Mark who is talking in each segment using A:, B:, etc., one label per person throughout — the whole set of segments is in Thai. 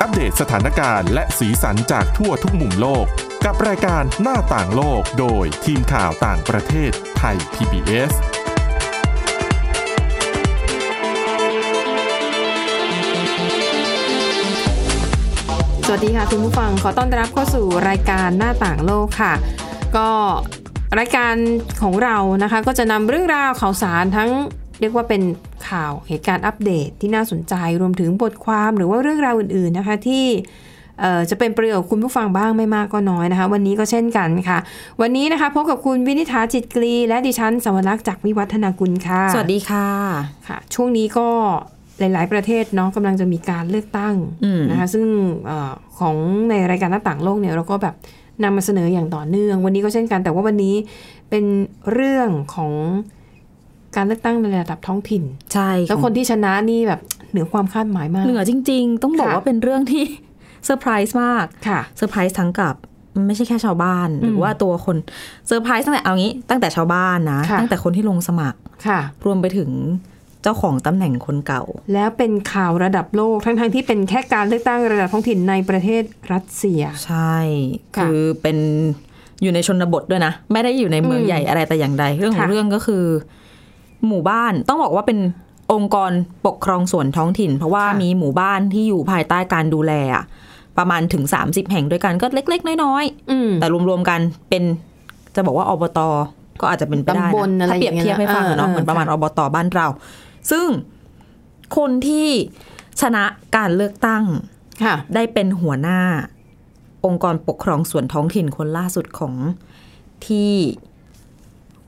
A: อัปเดตสถานการณ์และสีสันจากทั่วทุกมุมโลก กับรายการหน้าต่างโลกโดยทีมข่าวต่างประเทศไทย PBS
B: สวัสดีค่ะคุณผู้ฟังขอต้อนรับเข้าสู่รายการหน้าต่างโลกค่ะ ก็รายการของเรานะคะ ก็จะนำเรื่องราวข่าวสารทั้งเรียกว่าเป็นข่าวเหตุการณ์อัปเดตที่น่าสนใจรวมถึงบทความหรือว่าเรื่องราวอื่นๆนะคะที่เอ่อจะเป็นประโยชน์กับคุณผู้ฟังบ้างไม่มากก็น้อยนะคะ วันนี้ก็เช่นกันค่ะ วันนี้นะคะพบกับคุณวินิษฐาจิตกรี และดิฉันสวรักษ์จากวิวัฒนากุลค่ะ
C: สวัสดีค่ะ
B: ค่ะช่วงนี้ก็หลาย ๆ ประเทศเนาะกำลังจะมีการเลือกตั้ง
C: อืม
B: นะคะซึ่งเออของในรายการหน้าต่างโลกเนี่ยเราก็แบบนำมาเสนออย่างต่อเนื่อง วันนี้ก็เช่นกันแต่ว่าวันนี้เป็นเรื่องของการเลือกตั้งในระดับท้องถิ่น
C: ใช่
B: แล้วคนที่ชนะนี่แบบเหนือความคาดหมายมาก
C: เหนือจริง ๆ ต้องบอก
B: ค่ะ
C: ว่าเป็นเรื่องที่ เซอร์ไพรส์มาก
B: ค่ะ
C: เซอร์ไพรส์ทั้งกับ ไม่ใช่แค่ชาวบ้าน หรือว่าตัวคน เซอร์ไพรส์ตั้งแต่เอางี้ ตั้งแต่ชาวบ้านนะ
B: ค่ะ
C: ตั้งแต่คนที่ลงสมัคร
B: ค่ะ
C: รวมไปถึงเจ้าของตำแหน่งคนเก่า
B: แล้วเป็นข่าวระดับโลกทั้งๆที่เป็นแค่การเลือกตั้งระดับท้องถิ่นในประเทศรัสเซีย
C: ใช่
B: ค่ะ
C: คือเป็นอยู่ในชนบทด้วยนะ ไม่ได้อยู่ในเมือง
B: อืม
C: ใหญ่อะไรแต่อย่างใด เรื่องของ
B: ค่ะ
C: เรื่องก็คือ หมู่บ้านต้องบอกว่าเป็นองค์กรปกครองส่วนท้องถิ่น เพราะว่ามีหมู่บ้านที่อยู่ภายใต้การดูแลอะประมาณถึง 30 แห่งด้วยกันก็เล็ก ๆ น้อย
B: อืม
C: ๆ แต่รวมๆกันเป็นจะบอกว่าอบตก็อาจจะเป็นไปได้
B: ตำบลอะไร
C: ถ้าเปรียบเทียบให้ฟัง
B: อย่างเงี้ยนะ
C: เนาะเหมือนประมาณ
B: เอ
C: อ
B: อ
C: บตบ้านเรา ซึ่งคนที่ชนะการเลือกตั้ง
B: ค่ะ
C: ได้เป็นหัวหน้าองค์กรปกครองส่วนท้องถิ่นคนล่าสุดของที่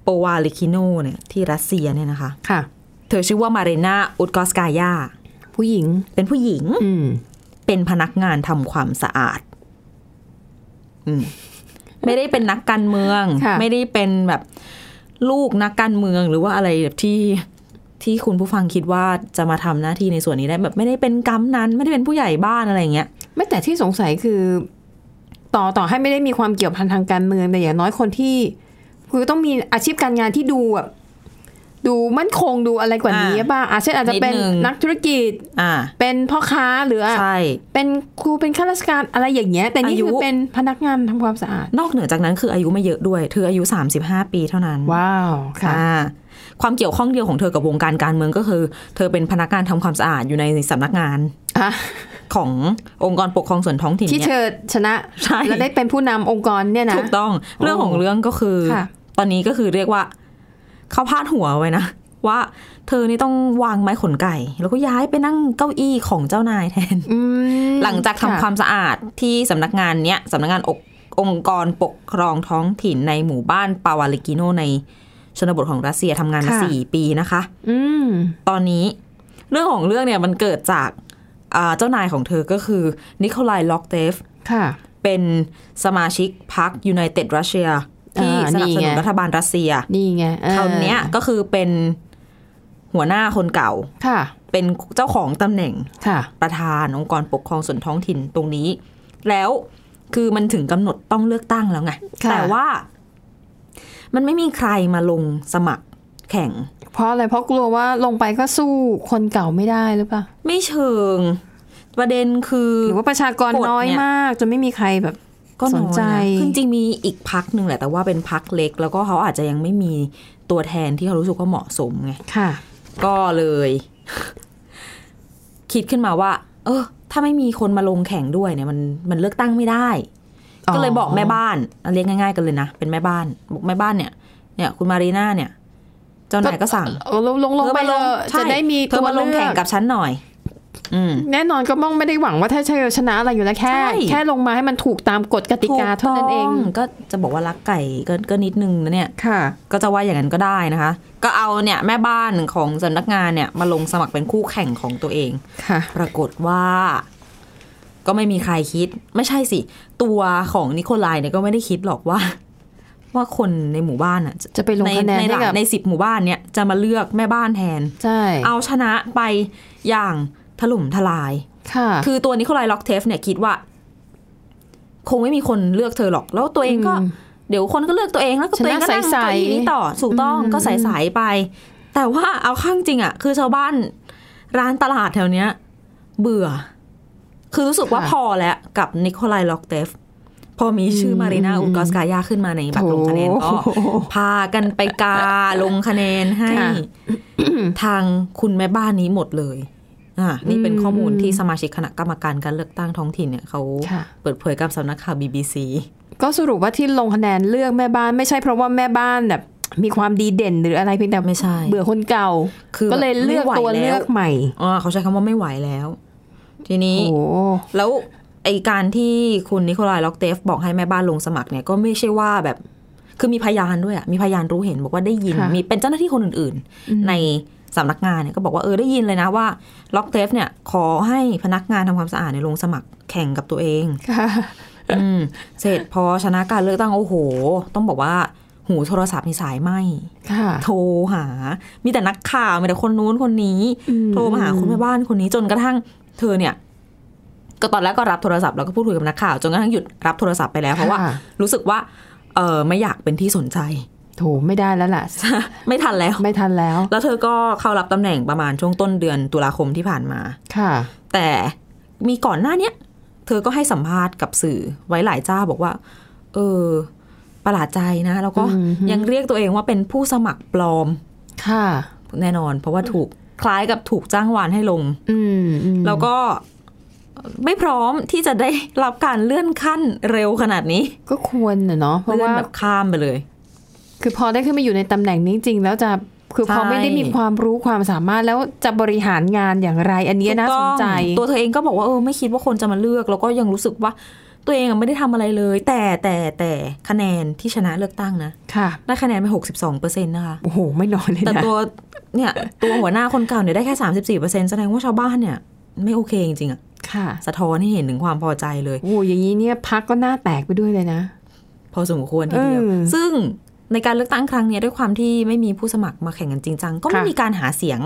C: โปวาลิคิโนเนี่ยที่รัสเซียเนี่ยนะคะ
B: ค่ะ
C: เธอชื่อว่ามาเรนาอุดกอสกายา
B: ผู้หญิง
C: เป็นผู้หญิง
B: อืม
C: เป็นพนักงานทำความสะอาดอืมไม่ได้เป็นนักการเมือง
B: ค่ะ
C: ไม่ได้เป็นแบบลูกนักการเมืองหรือว่าอะไรแบบที่ที่คุณผู้ฟังคิดว่าจะมาทำหน้าที่ในส่วนนี้ได้แบบไม่ได้เป็นกำนันไม่ได้เป็นผู้ใหญ่บ้านอะไรอย่างเงี้ย
B: ไม่แต่ที่สงสัยคือ ต่อต่อให้ไม่ได้มีความเกี่ยวพันทางการเมืองแต่อย่างน้อยคนที่ คือต้องมีอาชีพการงานที่ดูแบบดูมั่นคงดูอะไรกว่านี้
C: อ่า
B: บ้างอาเช่นอาจจะเป็น
C: นิดนึง
B: นักธุรกิจ
C: อ่า
B: เป็นพ่อค้าหรือ
C: ใช่
B: เป็นครูเป็นข้าราชการอะไรอย่างเงี้ย แต่นี่
C: อายุ
B: คือเป็นพนักงานทำความสะอาด
C: นอกเหนือจากนั้นคืออายุไม่เยอะด้วย เธออายุ 35 ปีเท่านั้น
B: ว้าว ค่ะ
C: อ่าความเกี่ยวข้องเดียวของเธอกับวงการการเมืองก็คือ เธอเป็นพนักงานทำความสะอาดอยู่ในสำนักงาน
B: อ่ะ
C: ขององค์กรปกครองส่วนท้องถิ่น
B: ที่
C: เนี่ย
B: เชิญชนะ
C: ใช่
B: และได้เป็นผู้นำองค์กรเนี่ยนะ
C: ถูกต้องเรื่องของเรื่องก็คือ
B: ค่ะ
C: ตอนนี้ก็คือเรียกว่า เขาพาดหัวไว้นะ ว่า เธอนี่ต้องวางไม้ขนไก่ แล้วก็ย้ายไปนั่งเก้าอี้ของเจ้านายแทน
B: อืม
C: หลังจากทำ
B: ะ
C: ความสะอาดที่สำนักงานเนี้ยสำนักงานอกองค์กรปกครองท้องถิ่นในหมู่บ้านปาวาลิกิโนในชนบทของรัสเซียทำงานมาสี่ปีนะคะ
B: อืม
C: ตอนนี้เรื่องของเรื่องเนี่ยมันเกิดจากอ่าเจ้านายของเธอก็คือนิโคลายล็อกเตฟ
B: ค่ะ
C: เป็นสมาชิกพรรคยูไนเต็ดรัสเซียที่
B: อ่า
C: สนับส
B: นี่
C: นุน
B: ไง
C: รัฐบาลรัสเซีย
B: นี่ไงออ
C: คราวเนี้ยก็คือเป็นหัวหน้าคนเก่า
B: ค่ะ
C: เป็นเจ้าของตำแหน่ง
B: ค่ะ
C: ประธานองค์กรปกครองส่วนท้องถิ่นตรงนี้ แล้วคือมันถึงกำหนดต้องเลือกตั้งแล้วไง
B: ค่ะ
C: แต่ว่า มันไม่มีใครมาลงสมัครแข่ง
B: เพราะอะไรเพราะกลัวว่าลงไปก็สู้คนเก่าไม่ได้หรือเปล่า
C: ไม่เชิง ประเด็นคือ
B: หรือว่าประชากร
C: กฎเนี่ย
B: น้อยมากจนไม่มีใครแบบ
C: ก็
B: ส
C: น้
B: น
C: อย
B: ใจ
C: นะคือจริงๆมีอีกพักหนึ่งแหละ แต่ว่าเป็นพักเล็ก แล้วก็เขาอาจจะยังไม่มีตัวแทนที่เขารู้สึกว่าเหมาะสมไง
B: ค่ะ
C: ก็เลย คิดขึ้นมาว่า เออ ถ้าไม่มีคนมาลงแข่งด้วยเนี่ย มันมันเลือกตั้งไม่ได้ ก็เลยบอกแม่บ้านเรียกง่าย ๆ กันเลยนะ เป็นแม่บ้านบอกแม่บ้านเนี่ยเนี่ยคุณมารีน่าเนี่ย เจ้านายก็สั่ง
B: เออลงลงลงไป
C: มา
B: เถอะ
C: ใช่
B: จะได้มี
C: เธอมาลงแข่งกับฉันหน่อย อืม
B: แน่นอนก็ม่องไม่ได้หวังว่าถ้าเธอชนะอะไรอยู่แล้วแค่
C: ใช่
B: แค่ลงมาให้มันถูกตามกฎกติกาเท่านั้นเอง
C: ถูกต้ก็จะบอกว่ารักไก่ก็ก็นิดนึงนะเนี่ย
B: ค่ะ
C: ก็จะว่าอย่างนั้นก็ได้นะคะ ก็เอาเนี่ยแม่บ้านของสำนักงานเนี่ย มาลงสมัครเป็นคู่แข่งของตัวเอง
B: ค่ะ
C: ปรากฏว่า ก็ไม่มีใครคิด ไม่ใช่สิ ตัวของนิโคลายเนี่ยก็ไม่ได้คิดหรอกว่า ว่าคนในหมู่บ้านอ่ะ
B: จะไปลง
C: ใน
B: คะแนน
C: ในห
B: ให้
C: ลั
B: กับ
C: ในสิบหมู่บ้านเนี่ยจะมาเลือกแม่บ้านแทน
B: ใช่
C: เอาชนะไปอย่างถล่มทลาย
B: ค่ะ
C: คือตัวนิโคลายล็อกเทฟเนี่ยคิดว่า คงไม่มีคนเลือกเธอหรอก แล้วตัวเองก็
B: อืม
C: เดี๋ยวคนก็เลือกตัวเองแล้วก็
B: ชนะ
C: ตัวเองก็นั่ง
B: ใสๆ
C: เก้าอี้นี้ต่อถูกต้อง
B: อืม
C: ก็ใสๆไป แต่ว่าเอาเข้างจริงอ่ะ คือชาวบ้านร้านตลาดแถวเนี้ย เบื่อ คือรู้สึกว่า
B: ค่ะ
C: พอแล้วกับนิโคลายล็อกเตฟ พอมีชื่อ
B: ม
C: มารีนาอุกอสกายาขึ้นมาในบัตรลงคะแนน
B: โอ้
C: ก็
B: โห
C: พากันไปกาลงคะแนนให้
B: ค่ะ
C: ทางคุณแม่บ้านนี้หมดเลย อ่ะนี่เป็นข้อมูลที่สมาชิกคณะกรรมการการเลือกตั้งท้องถิ่นเนี่ยเขา
B: ค่ะ
C: เปิดเผยกับสำนักข่าว BBC
B: ก็สรุปว่าที่ลงคะแนนเลือกแม่บ้านไม่ใช่เพราะว่าแม่บ้านแบบมีความดีเด่นหรืออะไรเพียงแต่
C: ไม่ใช่
B: เบื่อคนเก่า
C: คือ
B: ก็เลยเลือก
C: ไม่ไหว
B: ตัว
C: แล้ว
B: เลือกใหม่
C: อ๋อเขาใช้คำว่าไม่ไหวแล้ว ทีนี้
B: โอ้โห
C: แล้วไอการที่คุณนิโคลายล็อกเตฟบอกให้แม่บ้านลงสมัครเนี่ยก็ไม่ใช่ว่าแบบ คือมีพยานด้วยอะมีพยานรู้เห็นบอกว่าได้ยิน
B: ค่ะ
C: มีเป็นเจ้าหน้าที่คนอื่นๆ ในสำนักงานเนี่ยก็บอกว่าเออได้ยินเลยนะว่าล็อกเตฟเนี่ยขอให้พนักงานทำความสะอาดในยลงสมัครแข่งกับตัวเอง
B: ค่ะ
C: อืมเสร็จพอชนะการเลือกตั้งโอ้โห ต้องบอกว่าหูโทรศัพท์มีสายไหม
B: ค่ะ
C: โทรหา มีแต่นักข่าว มีแต่คนนู้นคนนี้
B: อืม
C: โทรมาหาคุณแม่บ้านคนนี้จนกระทั่งเธอเนี่ย ก็ตอนแรกก็รับโทรศัพท์แล้วก็พูดคุยกับนักข่าว จนกระทั่งหยุดรับโทรศัพท์ไปแล้ว เพราะว่า
B: ค่ะ
C: รู้สึกว่าเออไม่อยากเป็นที่สนใจ
B: โถไม่ได้แล้วล่ะ
C: ไม่ทันแล้ว
B: ไม่ทันแล้ว
C: แล้วเธอก็เข้ารับตำแหน่งประมาณช่วงต้นเดือนตุลาคมที่ผ่านมา
B: ค่ะ
C: แต่มีก่อนหน้าเนี้ยเธอก็ให้สัมภาษณ์กับสื่อไว้หลายเจ้าบอกว่า เออ ประหลาดใจนะ แล้วก็
B: อืมฮึ
C: ยังเรียกตัวเองว่าเป็นผู้สมัครปลอม
B: ค่ะ
C: แน่นอนเพราะว่าถูกคล้ายกับถูกจ้างวานให้ลง
B: อืมอืม
C: แล้วก็ไม่พร้อมที่จะได้รับการเลื่อนขั้นเร็วขนาดนี้
B: ก็ควรน่ะเนาะเพราะ
C: เลื่อน
B: ว่า
C: แบบข้ามไปเลย
B: คือพอได้ขึ้นมาอยู่ในตำแหน่งนี้จริง แล้วจะคือพอ
C: ใช่
B: ไม่ได้มีความรู้ความสามารถแล้วจะบริหารงานอย่างไร อันเนี้ยน่า
C: ถูก
B: สน
C: ต้อง
B: ใจ
C: ตัวเธอเองก็บอกว่าเออไม่คิดว่าคนจะมาเลือก แล้วก็ยังรู้สึกว่าตัวเองอะไม่ได้ทำอะไรเลย แต่แต่แต่คะแนนที่ชนะเลือกตั้งนะ
B: ค่ะ
C: ได้คะแนนไปหกสิบสองเปอร์เซ็นต์นะคะ
B: โอ้โหไม่น้อยเลย
C: แต่
B: นะ
C: ตัวเนี่ยตัวหัวหน้าคนเก่าเนี่ยได้แค่สามสิบสี่เปอร์เซ็นต์แสดงว่าชาวบ้านเนี่ย ไม่โอเคจริงๆอะ
B: ค่ะ
C: สะท้อนให้เห็นถึงความพอใจเลย
B: โอ้โหอย่างนี้เนี่ยพักก็หน้าแตกไปด้วยเลยนะ
C: พอสมควรทีเดียว
B: เออ
C: ซึ่งในการเลือกตั้งครั้งเนี้ยด้วยความที่ไม่มีผู้สมัครมาแข่งกันจริงจังก็ไม่
B: ค่ะ
C: มีการหาเสียง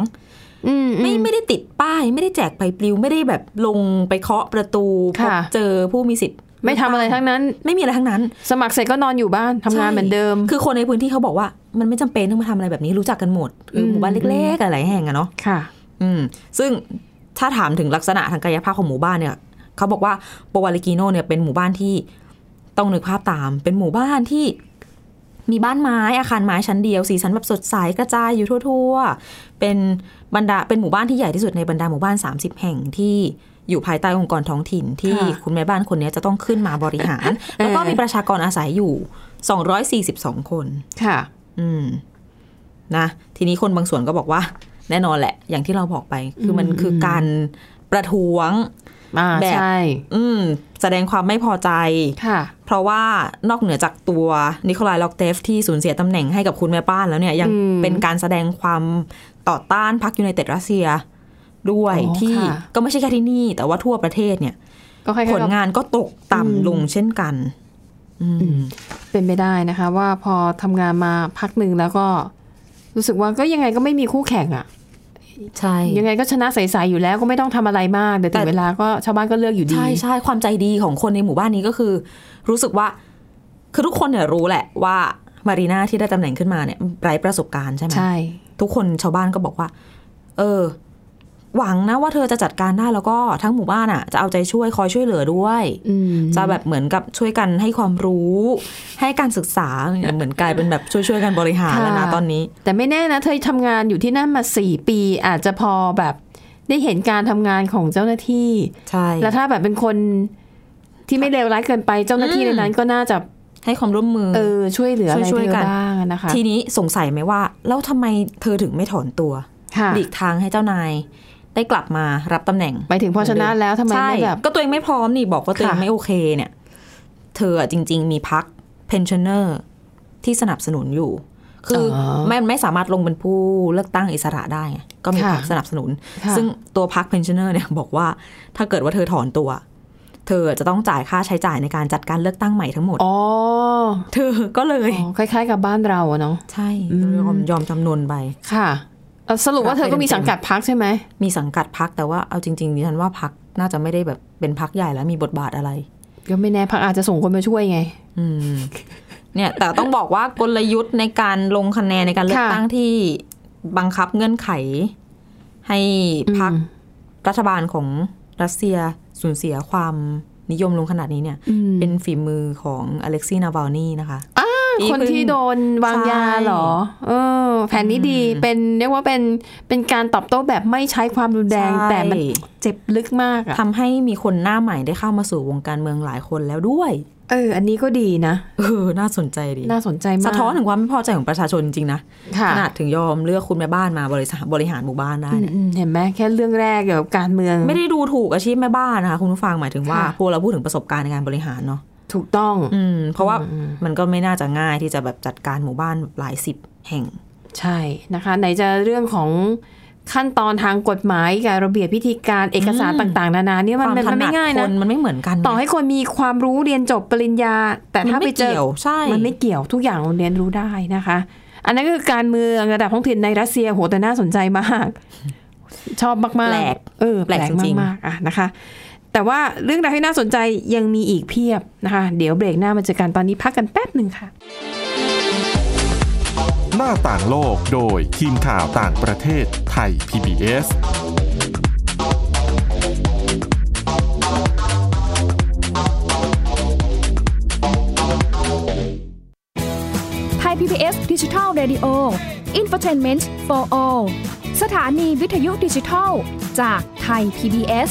B: อืมอื
C: ไม่
B: ม
C: ไม่ได้ติดป้าย ไม่ได้แจกใบปลิว ไม่ได้แบบลงไปเคาะประตูพบ
B: ค่ะ
C: เจอผู้มีสิทธิ์
B: ไม่ทำอะไรทั้งนั้น
C: ไม่มีอะไรทั้งนั้น
B: สมัครเสร็จก็นอนอยู่บ้านทำงาน
C: ใช่
B: เหมือนเดิม
C: คือคนในพื้นที่เขาบอกว่ามันไม่จำเป็นต้องมาทำอะไรแบบนี้รู้จักกันหมดคืออ
B: ม
C: หมู่บ้านเล็กๆอะไรแห่งอะเนาะ
B: ค่ะ
C: อืมซึ่งถ้าถามถึงลักษณะทางกายภาพของหมู่บ้านเนี่ยเขาบอกว่าโปวาลิกิโนเนี่ยเป็นหมู่บ้านที่ต้องนึกภาพตาม เป็นหมู่บ้านที่ มีบ้านไม้อาคารไม้ชั้นเดียวสีสันแบบสดใสกระจายอยู่ทั่ว ๆ เป็นบรรดาเป็นหมู่บ้านที่ใหญ่ที่สุดในบรรดาหมู่บ้าน 30 แห่งที่อยู่ภายใต้องค์กรท้องถิ่นที่
B: ค่ะ
C: คุณแม่บ้านคนนี้จะต้องขึ้นมาบริหาร แล้ว ก็
B: เออ
C: มีประชากรอาศัยอยู่ 242 คน
B: ค่ะ
C: อืมนะทีนี้คนบางส่วนก็บอกว่า แน่นอนแหละ อย่างที่เราบอกไป คือมัน
B: อืม
C: คือการประท้วง
B: อ่า
C: แบบ
B: ใช่
C: อืม แสดงความไม่พอใจ
B: ค่ะ
C: เพราะว่านอกเหนือจากตัวนิโคลายล็อกเตฟที่สูญเสียตำแหน่งให้กับคุณแม่บ้านแล้วเนี่ย ยัง
B: อืม
C: เป็นการแสดงความต่อต้านพรรคยูไนเต็ดรัสเซียด้วย
B: อ๋อ
C: ที่
B: ค่ะ
C: ก็ไม่ใช่แค่ที่นี่ แต่ว่าทั่วประเทศเนี่ย
B: ก็ให้
C: ผ
B: ให้
C: ล
B: เรา
C: งานก็ตก
B: อืม
C: ต่ำลงเช่นกัน อืม
B: เป็นไปได้นะคะ ว่าพอทำงานมาพักหนึ่งแล้วก็ รู้สึกว่าก็ยังไงก็ไม่มีคู่แข่งอะ
C: ใช่
B: ยังไงก็ชนะใสๆอยู่แล้วก็ไม่ต้องทำอะไรมากเดี๋ยวถึงเวลาก็ชาวบ้านก็เลือกอยู่ดี
C: ใช่ใช่ความใจดีของคนในหมู่บ้านนี้ก็คือ รู้สึกว่า คือทุกคนเนี่ยรู้แหละว่ามารีนาที่ได้ตำแหน่งขึ้นมาเนี่ยไร้ประสบการณ์ใช่ไหม
B: ใช่
C: ทุกคนชาวบ้านก็บอกว่า เออ หวังนะว่าเธอจะจัดการได้แล้วก็ทั้งหมู่บ้านอ่ะ จะเอาใจช่วยคอยช่วยเหลือด้วย
B: อืม
C: จะแบบเหมือนกับช่วยกันให้ความรู้ ให้การศึกษาเหมือนกลายเป็นแบบช่วยช่วยๆกันบริหารแล้วนะตอนนี้
B: แต่ไม่แน่นะ เธอทำงานอยู่ที่นั่นมาสี่ปี อาจจะพอแบบได้เห็นการทำงานของเจ้าหน้าที่
C: ใช่
B: แล้วถ้าแบบเป็นคนที่ไม่เลวร้ายเกินไปเจ้าหน้าที่ในนั้นก็น่าจะ
C: ให้ความร่วมมือ
B: เออช่วยเหลืออะไร
C: ช่วย
B: เธ
C: ๆกั
B: อน บ้างอะนะคะ
C: ทีนี้สงสัยไหมว่า แล้วทำไมเธอถึงไม่ถอนตัว
B: ค่ะ
C: หลีกทางให้เจ้านาย ได้กลับมารับตำแหน่ง
B: ไปถึงพอชนะแล้วทำไม
C: ใช่
B: ไม่แบบ
C: ก็ตัวเองไม่พร้อมนี่บอกว่าตัวเอง
B: ค่ะ
C: ไม่โอเคเนี่ย เธออะจริง ๆ มีพัก pensioner ที่สนับสนุนอยู่ คืออไม่ไม่สามารถลงเป็นผู้เลือกตั้งอิสระได้ไงก็มีพักสนับสนุน
B: ค่ะ
C: ซึ่งตัวพัก pensioner เนี่ยบอกว่า ถ้าเกิดว่าเธอถอนตัว เธอจะต้องจ่ายค่าใช้จ่ายในการจัดการเลือกตั้งใหม่ทั้งหมด
B: อ๋อ
C: เธอก็เลย
B: อ๋อคล้าย ๆ กับบ้านเราอะเนาะ
C: ใช่
B: อืม
C: ยอมยอมจำนนไป
B: ค่ะเอ่อสรุปว่าเธอก็มีสังกัดพักใช่ไหม
C: มีสังกัดพักแต่ว่าเอาจริงๆดิฉันว่าพักน่าจะไม่ได้แบบเป็นพักใหญ่แล้วมีบทบาทอะไร
B: ก็ไม่แน่พักอาจจะส่งคนมาช่วยไง
C: อืมเนี่ยแต่ต้องบอกว่ากลยุทธ์ในการลงคะแนนในการเลือก
B: ค่ะ
C: ตั้งที่บังคับเงื่อนไข ให้พรรค
B: อืม
C: รัฐบาลของ รัสเซียสูญเสียความนิยมลงขนาดนี้เนี่ย
B: อืม
C: เป็นฝีมือของอเล็กซี่นาวาลนี่นะคะ
B: คนที่โดนวางยาเหรอ เออ แผนนี้ดีเป็นเรียกว่าเป็นเป็นการตอบโต้แบบไม่ใช้ความรุนแรง
C: ใช่
B: แต่มันเจ็บลึกมากอะ
C: ทำให้มีคนหน้าใหม่ได้เข้ามาสู่วงการเมืองหลายคนแล้วด้วย
B: เออ อันนี้ก็ดีนะ
C: เออ น่าสนใจดี
B: น่าสนใจมาก
C: สะท้อนถึงความไม่พอใจของประชาชนจริงๆนะ
B: ค่ะ
C: ขนาดถึงยอมเลือกคุณแม่บ้านมาบริษัทบริหารหมู่บ้านได้
B: อืม
C: เนี่ย
B: อืมเห็นไหมแค่เรื่องแรกเกี่ยวกับการเมือง
C: ไม่ได้ดูถูกอาชีพแม่บ้านนะคะคุณผู้ฟังหมายถึงว่า
B: ค่ะ
C: พวกเราพูดถึงประสบการณ์ในการบริหารเนาะ
B: ถูกต้อง
C: อืม เพราะว่า
B: อืม
C: มันก็ไม่น่าจะง่ายที่จะแบบจัดการหมู่บ้านแบบหลายสิบแห่ง
B: ใช่นะคะ ไหนจะเรื่องของขั้นตอนทางกฎหมายกับระเบียบพิธีการเอกสาร
C: อืม
B: ต่างๆ นานาเนี่ยมัน
C: ควา
B: มันมันไม่ง่าย
C: ค
B: นะ
C: นมันไม่เหมือนกันไง
B: ต่อให้คนมีความรู้เรียนจบปริญญา แต่
C: มัน
B: ถ้าไป
C: ไม่
B: เจอ
C: เกี่ยวใช่
B: มันไม่เกี่ยวทุกอย่างเราเรียนรู้ได้นะคะ อันนั้นก็คือการเมืองระดับท้องถิ่นในรัสเซียโหแต่น่าสนใจมาก ชอบมากๆ
C: แปลก
B: เออแปลก
C: แปลกจริงๆ
B: มากๆอ่ะนะคะ แต่ว่าเรื่องราวที่น่าสนใจยังมีอีกเพียบนะคะ เดี๋ยวเบรกหน้ามาเจอกันตอนนี้พักกันแป๊บหนึ่งค่ะ
A: หน้าต่างโลกโดยทีมข่าวต่างประเทศไทย PBS
D: ไทย PBS Digital Radio Infotainment for All สถานีวิทยุดิจิทัล จากไทย PBS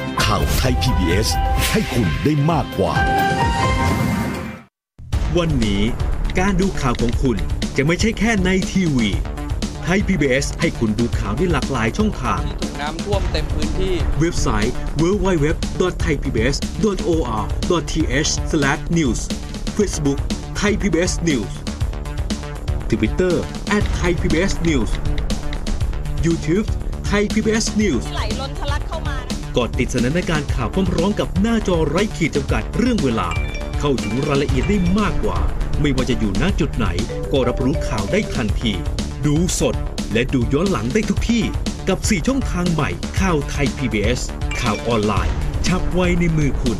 E: ข่าวไทย PBS ให้คุณได้มากกว่า
F: วันนี้การดูข่าวของคุณจะไม่ใช่แค่ในทีวีไทย PBS ให้คุณดูข่าวได้หลากหลายช่องทาง
G: ที่ถูกน้ำท่วมเต็มพื้นที่
F: เว็บไซต์ www.thaipbs.or.th/news Facebook Thai PBS News Twitter @thaipbsnews YouTube Thai PBS News
H: ไหลล้นทะลักเข้ามา
F: กดติดสนันในการข่าวพร้อมๆกับหน้าจอไร้ขีดจำกัดเรื่องเวลา เข้าถึงรายละเอียดได้มากกว่า ไม่ว่าจะอยู่ณจุดไหน ก็รับรู้ข่าวได้ทันที ดูสดและดูย้อนหลังได้ทุกที่ กับ 4 ช่องทางใหม่ข่าวไทย PBS ข่าวออนไลน์ ชับไว้ในมือคุณ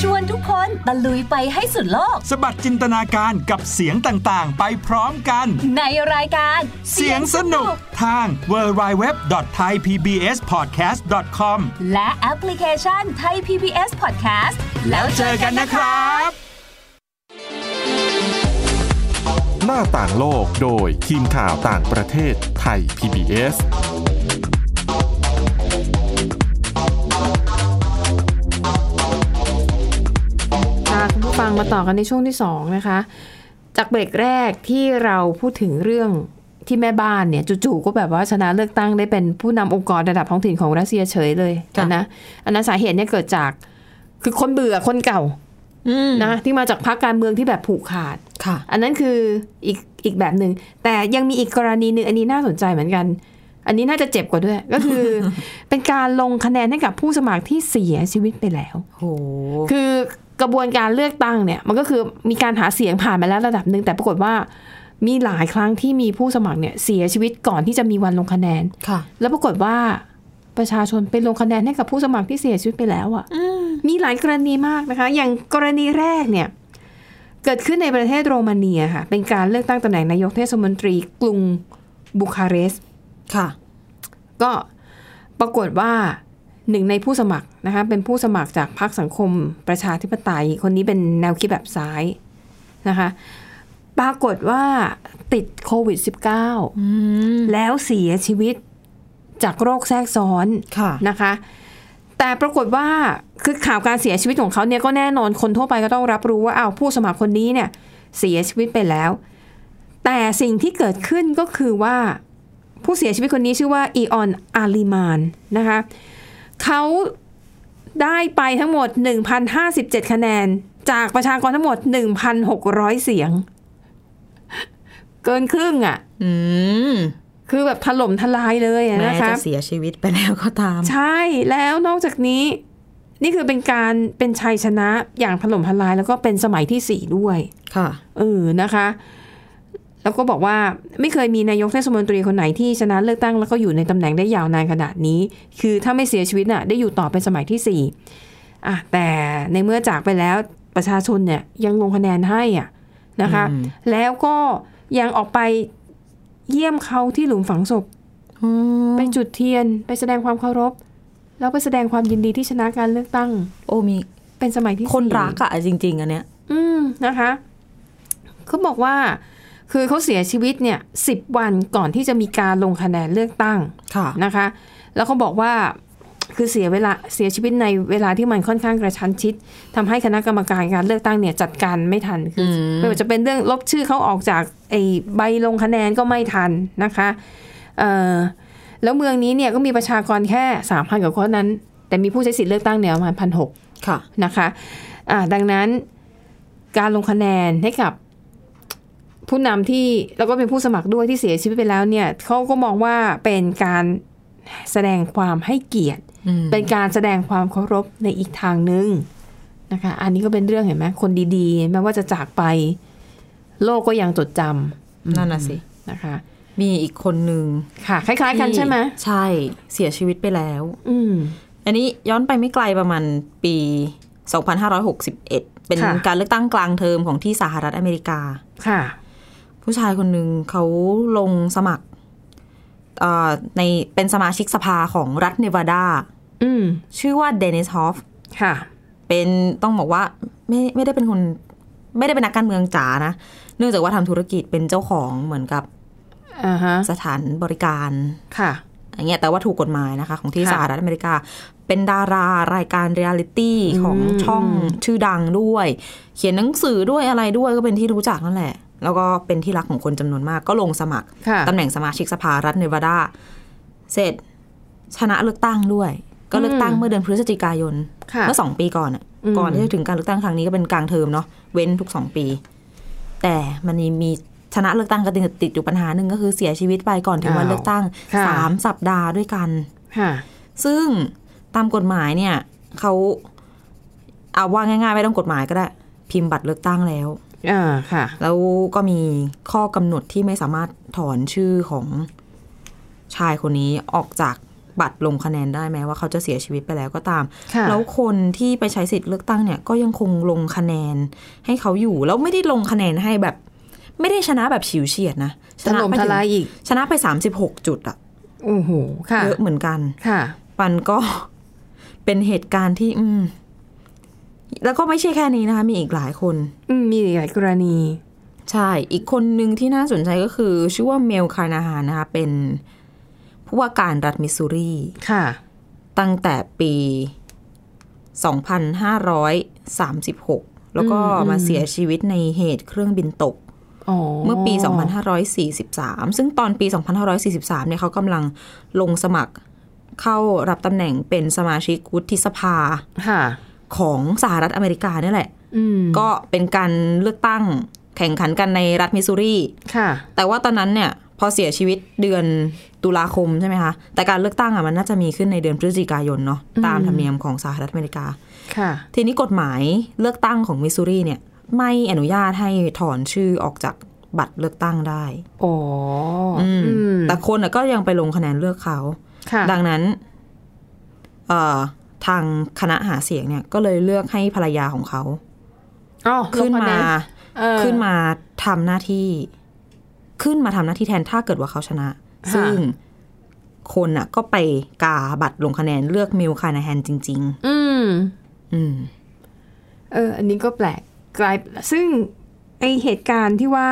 H: ชวนทุกคนตะลุยไปให้สุดโลก
I: สะบัดจินตนาการกับเสียงต่างๆ ไปพร้อมกัน
H: ในรายการ
I: เสียงสนุกทาง www.thaipbspodcast.com
H: และแอปพลิเคชันไทย PBS Podcast แล้วเจอกันนะคะ
A: หน้าต่างโลกโดยทีมข่าวต่างประเทศไทย PBS
B: ค่ะคุณผู้ฟังมาต่อกันในช่วงที่สองนะคะ จากเบรกแรกที่เราพูดถึงเรื่องที่แม่บ้านเนี่ยจู่ๆก็แบบว่าชนะเลือกตั้งได้เป็นผู้นำองค์กรระดับท้องถิ่นของรัสเซียเฉยเลย
C: ค่ะ
B: นะอันนั้นสาเหตุเนี่ยเกิดจากคือคนเบื่อคนเก่า
C: อืม
B: นะที่มาจากพรรคการเมืองที่แบบผูกขาด
C: ค่ะ
B: อันนั้นคืออีกอีกแบบหนึ่งแต่ยังมีอีกกรณีหนึ่งอันนี้น่าสนใจเหมือนกัน อันนี้น่าจะเจ็บกว่าด้วย ก็คือ เป็นการลงคะแนนให้กับผู้สมัครที่เสียชีวิตไปแล้ว
C: โห
B: คือกระบวนการเลือกตั้งเนี่ยมันก็คือมีการหาเสียงผ่านมาแล้วระดับหนึ่งแต่ปรากฏว่ามีหลายครั้งที่มีผู้สมัครเนี่ยเสียชีวิตก่อนที่จะมีวันลงคะแนน
C: ค่ะ
B: แล้วปรากฏว่าประชาชนไปลงคะแนนให้กับผู้สมัครที่เสียชีวิตไปแล้วอะ่ะมีหลายกรณีมากนะคะ อย่างกรณีแรกเนี่ย เกิดขึ้นในประเทศโรมาเนียค่ะ เป็นการเลือกตั้งตำแหน่งนายกเทศมนตรีกรุงบูคาเรสต์
C: ค่ะ
B: ก็ปรากฏว่าหนึ่งในผู้สมัครนะคะเป็นผู้สมัครจากพรรคสังคมประชาธิปไตย คนนี้เป็นแนวคิดแบบซ้ายนะคะปรากฏว่าติดโควิด -19 แล้วเสียชีวิตจากโรคแทรกซ้อน
C: ค่ะ
B: นะคะ แต่ปรากฏว่าคือข่าวการเสียชีวิตของเขาเนี่ยก็แน่นอนคนทั่วไปก็ต้องรับรู้ว่าอ้าวผู้สมัครคนนี้เนี่ยเสียชีวิตไปแล้ว แต่สิ่งที่เกิดขึ้นก็คือว่า ผู้เสียชีวิตคนนี้ชื่อว่าอีออนอาลีมานนะคะเขา ได้ไปทั้งหมด 1,057 คะแนน จากประชากรทั้งหมด 1,600 เสียง เกินครึ่งอ่ะ
C: อืม
B: คือแบบถล่มทลายเลยอะ
C: แม้
B: นะคะ
C: จะเสียชีวิตไปแล้วก็ตาม
B: ใช่แล้วนอกจากนี้ นี่คือเป็นการเป็นชัยชนะอย่างถล่มทลาย แล้วก็เป็นสมัยที่สี่ด้วย
C: ค่ะ
B: เออนะคะ แล้วก็บอกว่าไม่เคยมีนายกเทศมนตรีคนไหนที่ชนะเลือกตั้งแล้วก็อยู่ในตำแหน่งได้ยาวนานขนาดนี้ คือถ้าไม่เสียชีวิตน่ะ ได้อยู่ต่อเป็นสมัยที่สี่อ่ะแต่ในเมื่อจากไปแล้วประชาชนเนี่ยยังลงคะแนนให้อ่ะนะคะ
C: อืม
B: แล้วก็ยังออกไปเยี่ยมเขาที่หลุมฝังศพ
C: อืม
B: ไปจุดเทียนไปแสดงความเคารพ แล้วไปแสดงความยินดีที่ชนะการเลือกตั้ง
C: โอ้มี
B: เป็นสมัยที่
C: คน
B: สี่
C: รักอะจริง ๆอันเนี้ย
B: อืมนะคะเขาบอกว่า คือเขาเสียชีวิตเนี่ยสิบวันก่อนที่จะมีการลงคะแนนเลือกตั้ง
C: ค่ะ
B: นะคะ แล้วเขาบอกว่าคือเสียเวลาเสียชีวิตในเวลาที่มันค่อนข้างกระชั้นชิดทำให้คณะกรรมการการเลือกตั้งเนี่ยจัดการไม่ทันคืออไม่ว่าจะเป็นเรื่องลบชื่อเขาออกจากไอ้ใบลงคะแนนก็ไม่ทันนะคะเอ่อ แล้วเมืองนี้เนี่ยก็มีประชากรแค่สามพันกว่าคนเท่านั้น แต่มีผู้ใช้สิทธิ์เลือกตั้งเนี่ยประมาณพันหก
C: ค่ะ
B: นะคะอ่าดังนั้นการลงคะแนนให้กับผู้นำที่แล้วก็เป็นผู้สมัครด้วยที่เสียชีวิตไปแล้วเนี่ยเขาก็มองว่าเป็นการแสดงความให้เกียรติ
C: อืม
B: เป็นการแสดงความเคารพในอีกทางหนึ่งนะคะ อันนี้ก็เป็นเรื่องเห็นไหมคนดีๆแม้ว่าจะจากไป โลกก็ยังจดจ
C: นั่นน่ะสิ
B: ำนะคะ
C: มีอีกคนนึง
B: ค่ะ คล้าย ๆ กัน
C: ที่
B: ใช่ไหม
C: ใช่เสียชีวิตไปแล้ว
B: อืม
C: อันนี้ย้อนไปไม่ไกลประมาณปี 2561 เป็น
B: ค่ะ
C: การเลือกตั้งกลางเทอมของที่สหรัฐอเมริกา
B: ค่ะ
C: ผู้ชายคนหนึ่งเขาลงสมัครเอ่อในเป็นสมาชิกสภาของรัฐเนวาดา
B: อืม
C: ชื่อว่าเดนิสฮอฟ
B: ค่ะ
C: เป็นต้องบอกว่าไม่ไม่ได้เป็นคนไม่ได้เป็นนักการเมืองจ๋านะ เนื่องจากว่าทำธุรกิจเป็นเจ้าของเหมือนกับ
B: อ่าฮะ
C: สถานบริการ
B: ค่ะ
C: อย่างเงี้ยแต่ว่าถูกกฎหมายนะคะ ของที่
B: ค่ะ
C: สหรัฐอเมริกา เป็นดารารายการเรียลิตี้
B: อืม
C: ของช่องชื่อดังด้วย เขียนหนังสือด้วยอะไรด้วยก็เป็นที่รู้จักนั่นแหละ แล้วก็เป็นที่รักของคนจำนวนมากก็ลงสมัคร
B: ค่ะ
C: ตำแหน่งสมาชิกสภารัฐเนวาดา เสร็จชนะเลือกตั้งด้วย ก็เลือกตั้ง
B: อืม
C: เมื่อเดือนพฤศจิกายน
B: ค่ะ
C: เมื่อสองปีก่อนอะ
B: อืม
C: ก่อนที่จะถึงการเลือกตั้งครั้งนี้ก็เป็นกลางเทอมเนาะเว้นทุกสองปี แต่มันมีชนะเลือกตั้งก็ติดติดอยู่ปัญหาหนึ่งก็คือเสียชีวิตไปก่อนถึงวันเลือกตั้ง
B: ค่ะ
C: สามสัปดาห์ด้วยกัน
B: ค่ะ
C: ซึ่งตามกฎหมายเนี่ยเขาเอาว่าง่ายๆ ไม่ต้องกฎหมายก็ได้ พิมพ์บัตรเลือกตั้งแล้ว
B: อ่า ค่ะ
C: แล้วก็มีข้อกำหนดที่ไม่สามารถถอนชื่อของชายคนนี้ออกจากบัตรลงคะแนนได้แม้ว่าเขาจะเสียชีวิตไปแล้วก็ตาม
B: ค่ะ
C: แล้วคนที่ไปใช้สิทธิ์เลือกตั้งเนี่ยก็ยังคงลงคะแนนให้เขาอยู่ แล้วไม่ได้ลงคะแนนให้แบบ ไม่ได้ชนะแบบฉิวเฉียดนะช
B: ถ
C: นะ
B: ล่ม
C: ไป
B: ท
C: ถึง
B: ลายอีก
C: ชนะไป 36 จุดอะ
B: โอ้โห ค่ะ
C: เยอะเหมือนกัน
B: ค่ะ
C: มันก็ เป็นเหตุการณ์ที่ อืม แล้วก็ไม่ใช่แค่นี้นะคะ มีอีกหลายคน
B: อืม มีหลายกรณี
C: ใช่ อีกคนหนึ่งที่น่าสนใจก็คือ ชื่อว่าเมลคานาฮานนะคะ เป็นผู้ว่าการรัฐมิสซูรี
B: ค่ะ
C: ตั้งแต่ปี 2536 แล้วก็
B: อืมอืม
C: มาเสียชีวิตในเหตุเครื่องบินตก
B: อ๋อ
C: เมื่อปี 2543 ซึ่งตอนปี 2543 เนี่ยเขากำลังลงสมัครเข้ารับตำแหน่งเป็นสมาชิกวุฒิสภา
B: ค่ะ
C: ของสหรัฐอเมริกาเนี่ยแหละ
B: อืม
C: ก็เป็นการเลือกตั้งแข่งขันกันในรัฐมิสซูรี
B: ค่ะ
C: แต่ว่าตอนนั้นเนี่ยพอเสียชีวิตเดือนตุลาคมใช่ไหมคะ แต่การเลือกตั้งอ่ะมันน่าจะมีขึ้นในเดือนพฤศจิกายนเนาะ
B: อืม
C: ตามธรรมเนียมของสหรัฐอเมริกา
B: ค่ะ
C: ทีนี้กฎหมายเลือกตั้งของมิสซูรีเนี่ยไม่อนุญาตให้ถอนชื่อออกจากบัตรเลือกตั้งได้
B: อ๋อ
C: อืม
B: อืม
C: แต่คนน่ะก็ยังไปลงคะแนนเลือกเขา
B: ค่ะ
C: ดังนั้นเอ่อทางคณะหาเสียงเนี่ยก็เลยเลือกให้ภรรยาของเขา
B: อ้าว
C: ขึ้น
B: ลงคะแ
C: มา
B: เออ
C: ขึ้นมาทำหน้าที่ ขึ้นมาทำหน้าที่แทนถ้าเกิดว่าเขาชนะ
B: ค่ะ
C: ซึ่งคนน่ะ ก็ไปกาบัตรลงคะแนนเลือกมิลคานาแฮนจริง
B: อืม
C: ๆ อืม
B: เออ อันนี้ก็แปลก กลาย ซึ่งไอเหตุการณ์ที่ว่า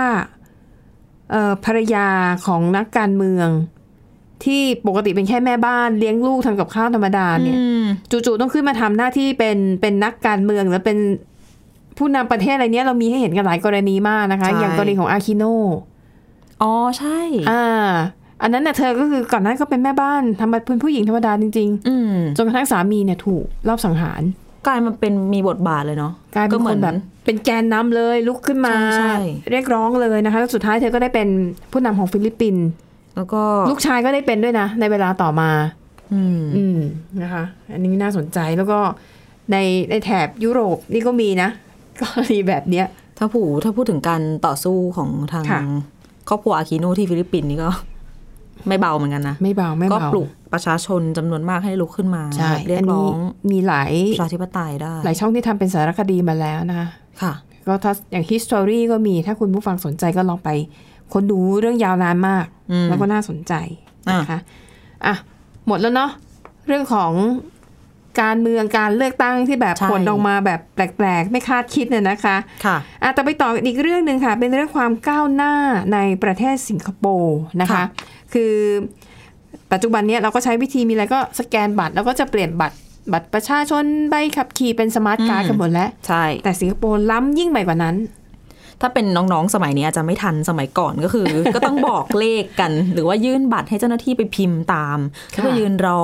B: เออภรรยาของนักการเมือง ที่ปกติเป็นแค่แม่บ้านเลี้ยงลูกทำกับข้าวธรรมดาเนี่ย
C: อืม
B: จู่ๆต้องขึ้นมาทำหน้าที่เป็นเป็นนักการเมืองหรือเป็นผู้นำประเทศอะไรเนี้ยเรามีให้เห็นกันหลายกรณีมากนะคะ
C: ใช่
B: อย่างกรณีของอาคิโน
C: อ๋อใช่
B: อ่า อันนั้นน่ะเธอก็คือก่อนหน้าก็เป็นแม่บ้านทำบัตรเป็นผู้หญิงธรรมดาจริงๆจนกระทั่งสามีเนี่ยถูกรอบสังหาร
C: กลายมาเป็นมีบทบาทเลยเนาะ
B: กลายเป็นคนแบบเป็นแกนนำเลยลุกขึ้นมา
C: ใช่
B: เรียกร้องเลยนะคะแล้วสุดท้ายเธอก็ได้เป็นผู้นำของฟิลิปปินส์
C: แล้วก็
B: ลูกชายก็ได้เป็นด้วยนะ ในเวลาต่อมา
C: อืม
B: อืมนะคะ อันนี้น่าสนใจแล้วก็ในในแถบยุโรปนี่ก็มีนะ กรณีแบบเนี้ย
C: ถ้าผูถ้าพูดถึงการต่อสู้ของทาง
B: ค่ะ
C: ครอบครัวอาคิโนที่ฟิลิปปินส์นี่ก็ ไม่เบาเหมือนกันนะ
B: ไม่เบาไม่
C: ก็
B: เบา
C: ปลุกประชาชนจำนวนมากให้ลุกขึ้นมา
B: ใช่
C: เรีย
B: อั
C: ก
B: นนี้
C: ร้อง
B: มีหลาย
C: ประชาธิปไตยได้
B: หลายช่องที่ทำเป็นสารคดีมาแล้วนะคะ
C: ค่ะ
B: ก็ถ้าอย่าง history ก็มีถ้าคุณผู้ฟังสนใจก็ลองไปค้นดูเรื่องยาวนานมาก
C: อืม
B: แล้วก็น่าสนใจนะคะอ่ะหมดแล้วเนาะเรื่องของการเมืองการเลือกตั้งที่แบบผลออกมาแบบแปลกๆ ไม่คาดคิดเนี่ยนะคะ
C: ค่ะ
B: อ่ะแต่ไปต่ออีกเรื่องหนึ่งค่ะ เป็นเรื่องความก้าวหน้าในประเทศสิงคโปร์นะคะ
C: ค่ะ
B: คือปัจจุบันเนี้ยเราก็ใช้วิธีมีอะไรก็สแกนบัตร แล้วก็จะเปลี่ยนบัตรบัตรประชาชนใบขับขี่เป็นสมาร์ทการ์ดกันหมดแล้ว
C: ใช่
B: แต่สิงคโปร์ล้ำยิ่งไปกว่านั้น
C: ถ้าเป็นน้องๆ สมัยนี้อาจจะไม่ทันสมัยก่อนก็คือ ก็ต้องบอกเลขกัน หรือว่ายื่นบัตรให้เจ้าหน้าที่ไปพิมพ์ตามแล้วก็ยืนรอ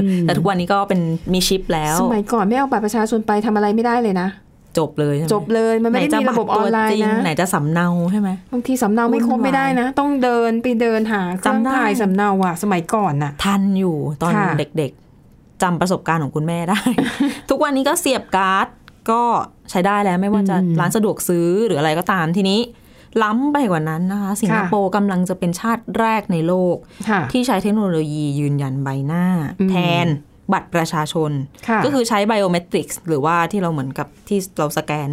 C: อแต่ทุกวันนี้ก็เป็นมีชิปแล้ว
B: สมัยก่อนไม่เอาบัตรประชาชนไปทำอะไรไม่ได้เลยนะ
C: จบเลยใช่ไหม
B: จบเลยมันไม่ได้มี
C: ห
B: ระบบออนไลน์
C: จง
B: นะ
C: ไหนจะสำเนาใช่ไหม
B: บางทีสำเนาไม่ครบ
C: วุ่นวาย
B: ไม่ได้นะ ต้องเดินไปเดินหาเครื่อง
C: จำได้
B: ถ่ายสำเนาอะสมัยก่อนน่ะ
C: ทันอยู่ตอน
B: ค่ะ
C: เด็กๆจำประสบการณ์ของคุณแม่ ได้ ทุกวันนี้ก็เสียบการ์ดก็ใช้ได้แล้วไม่ว่าจะร้านสะดวกซื้อหรืออะไรก็ตามทีนี้ ล้ำไปกว่านั้นนะคะ สิงคโปร์กำลังจะเป็นชาติแรกในโลก
B: ค่ะ
C: ที่ใช้เทคโนโลยียืนยันใบหน้า
B: อืม
C: แทนบัตรประชาชน
B: ค่ะ
C: ก็คือใช้ไบโอเมตริกส์หรือว่าที่เราเหมือนกับที่เราสแกน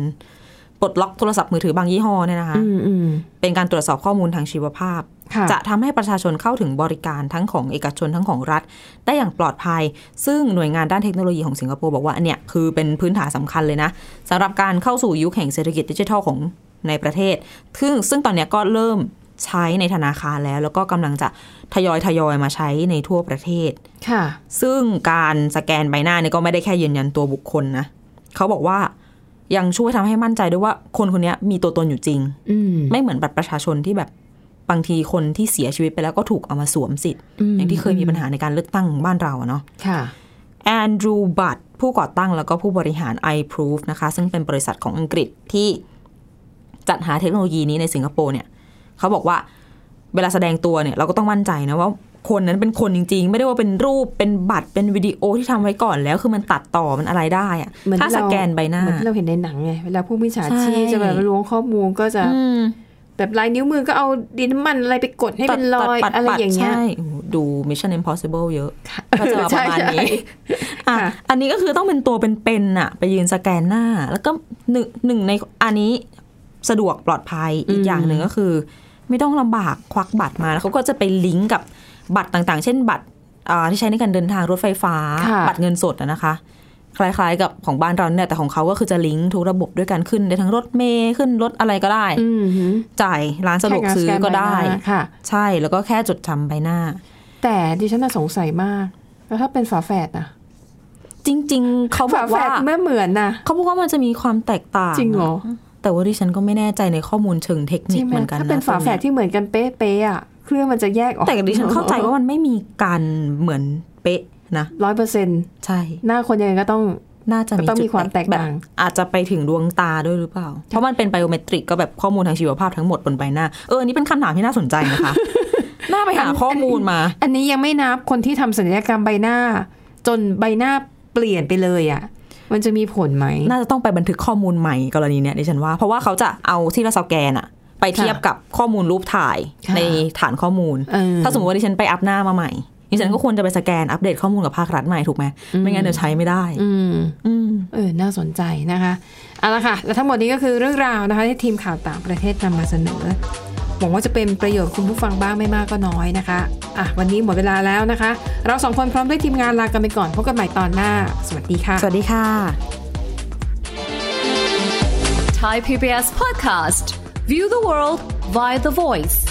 C: ปลดล็อกโทรศัพท์มือถือบางยี่ห้อเนี่ยนะคะ
B: มอืม
C: เป็นการตรวจสอบข้อมูลทางชีวภาพ
B: ค่ะ
C: จะทำให้ประชาชนเข้าถึงบริการทั้งของเอกชนทั้งของรัฐ ได้อย่างปลอดภัย ซึ่งหน่วยงานด้านเทคโนโลยีของสิงคโปร์บอกว่าอันเนี่ยคือเป็นพื้นฐานสำคัญเลยนะสำหรับการเข้าสู่ยุคแห่งเศรษฐกิจดิจิทัลของในประเทศ ซึ่งซึ่งตอนเนี้ยก็เริ่มใช้ในธนาคารแล้ว แล้วก็กำลังจะทยอยทยอยมาใช้ในทั่วประเทศ
B: ค่ะ
C: ซึ่งการสแกนใบหน้าเนี่ยก็ไม่ได้แค่ยืนยันตัวบุคคลนะเขาบอกว่ายังช่วยทำให้มั่นใจด้วยว่าคนคนเนี้ยมีตัวตนอยู่จริง
B: อืม
C: ไม่เหมือนบัตรประชาชนที่แบบบางทีคนที่เสียชีวิตไปแล้วก็ถูกเอามาสวมสิทธิ์
B: อืม
C: อย่างที่เคยมีปัญหาในการเลือกตั้งบ้านเราอะเนาะ
B: ค่ะ
C: แอนดรูว์บัตผู้ก่อตั้งแล้วก็ผู้บริหาร iProof นะคะ ซึ่งเป็นบริษัทของอังกฤษที่จัดหาเทคโนโลยีนี้ในสิงคโปร์เนี่ย เขาบอกว่าเวลาแสดงตัวเนี่ย เราก็ต้องมั่นใจนะว่าคนนั้นเป็นคนจริง ๆ ไม่ได้ว่าเป็นรูปเป็นบัตรเป็นวิดีโอที่ทำไว้ก่อนแล้ว คือมันตัดต่อมันอะไรได้อะ
B: เหมือน
C: ถ้าส
B: เรา
C: แกนใบหน้า
B: เหมือนที่เราเห็นในหนังไงเวลาผู้มิจฉาชีพ
C: ใช่
B: จะแบบล้วงข้อมูลก็จะ
C: อืม
B: แบบลายนิ้วมือก็เอาดินน้ำมันอะไรไปกดให้เป็นรอย
C: ตัดปัด
B: อะไร
C: ปัด
B: อย่างเงี้ย
C: ใช่โอ้โหดู Mission Impossible เยอะก็จะมา
B: ใช่
C: ประมาณนี้
B: ใช่
C: อ่ะ
B: ค่ะ
C: อันนี้ก็คือต้องเป็นตัวเป็นๆน่ะ ไปยืนสแกนหน้า แล้วก็หนึ่งหนึ่งในอันนี้สะดวกปลอดภัยอีกอย่างหนึ่งก็คือ ไม่ต้องลำบากควักบัตรมาแล้วเขาก็จะไปลิงก์กับบัตรต่างๆ เช่นบัตรอ่าที่ใช้ในการเดินทางรถไฟฟ้า
B: ค่ะ
C: บัตรเงินสดอะนะคะ คล้ายๆกับของบ้านเราเนี่ยแต่ของเขาก็คือจะลิงก์ทุกระบบด้วยการขึ้นได้ทั้งรถเมล์ขึ้นรถอะไรก็ได้
B: อืมหือ
C: จ่ายร้านสะดวกซื้อก็ได้
B: แค่งานสแกนใบหน้าค่ะ
C: ใช่แล้วก็แค่จดจำใบหน้า
B: แต่ดิฉันน่ะสงสัยมาก แล้วถ้าเป็นฝาแฝดอะ
C: จริง ๆ เขาบ
B: ฝา
C: อก
B: แฝ
C: ว่า
B: ดไม่เหมือนนะ
C: เขาบอกว่ามันจะมีความแตกต่าง
B: จริงเหรอ
C: แต่ว่าดิฉันก็ไม่แน่ใจในข้อมูลเชิงเทคนิ
B: ใช่
C: ค
B: ไหม
C: เหมือนกัน
B: ถ้าเป็น
C: นะ
B: ฝาแฝดที่เหมือนกันเป๊ะๆอ่ะเครื่องมันจะแยกออก
C: แต่ดิฉันเข้าใจว่ามันไม่มีการเหมือนเป๊ะนะ
B: ร้อยเปอร์เซ็นต์
C: ใช่
B: หน้าคนยังไงก็ต้อง
C: น่าจะมี
B: ก็ต้องมี
C: จุด
B: ความแตกต่าง
C: บบอาจจะไปถึงดวงตาด้วยหรือเปล่า เพราะมันเป็นไบโอเมตริกก็แบบข้อมูลทางชีวภาพทั้งหมดบนใบหน้า เอออันนี่เป็นคำถามที่น่าสนใจ นะคะ น่าไปหาข้อมูลมา
B: อันนี้ยังไม่นับคนที่ทำศัลยกรรมใบหน้า จนใบหน้าเปลี่ยนไปเลยอ่ะ มันจะมีผลไหม
C: น่าจะต้องไปบันทึกข้อมูลใหม่กรณีเนี้ยดิฉันว่า เพราะว่าเขาจะเอาที่เราสแกนอะไปเทียบกับข้อมูลรูปถ่าย
B: ค่ะ
C: ในฐานข้อมูล
B: เออ
C: ถ้าสมมติว่าดิฉันไปอัพหน้ามาใหม่ดิฉันก็ควรจะไปสแกนอัปเดตข้อมูลกับภาครัฐใหม่ถูกไหมไม่งั้นเดี๋ยวใช้ไม่ได้
B: อืม
C: อืม
B: เออ น่าสนใจนะคะ เอาละค่ะ และทั้งหมดนี้ก็คือเรื่องราวนะคะ ที่ทีมข่าวต่างประเทศนำมาเสนอ หวังว่าจะเป็นประโยชน์คุณผู้ฟังบ้างไม่มากก็น้อยนะคะ อ่ะ วันนี้หมดเวลาแล้วนะคะ เราสองคนพร้อมด้วยทีมงานลากันไปก่อน พบกันใหม่ตอนหน้า สวัสดีค่ะ
C: สวัสดีค่ะ
H: Thai PBS podcast. View the world via the voice.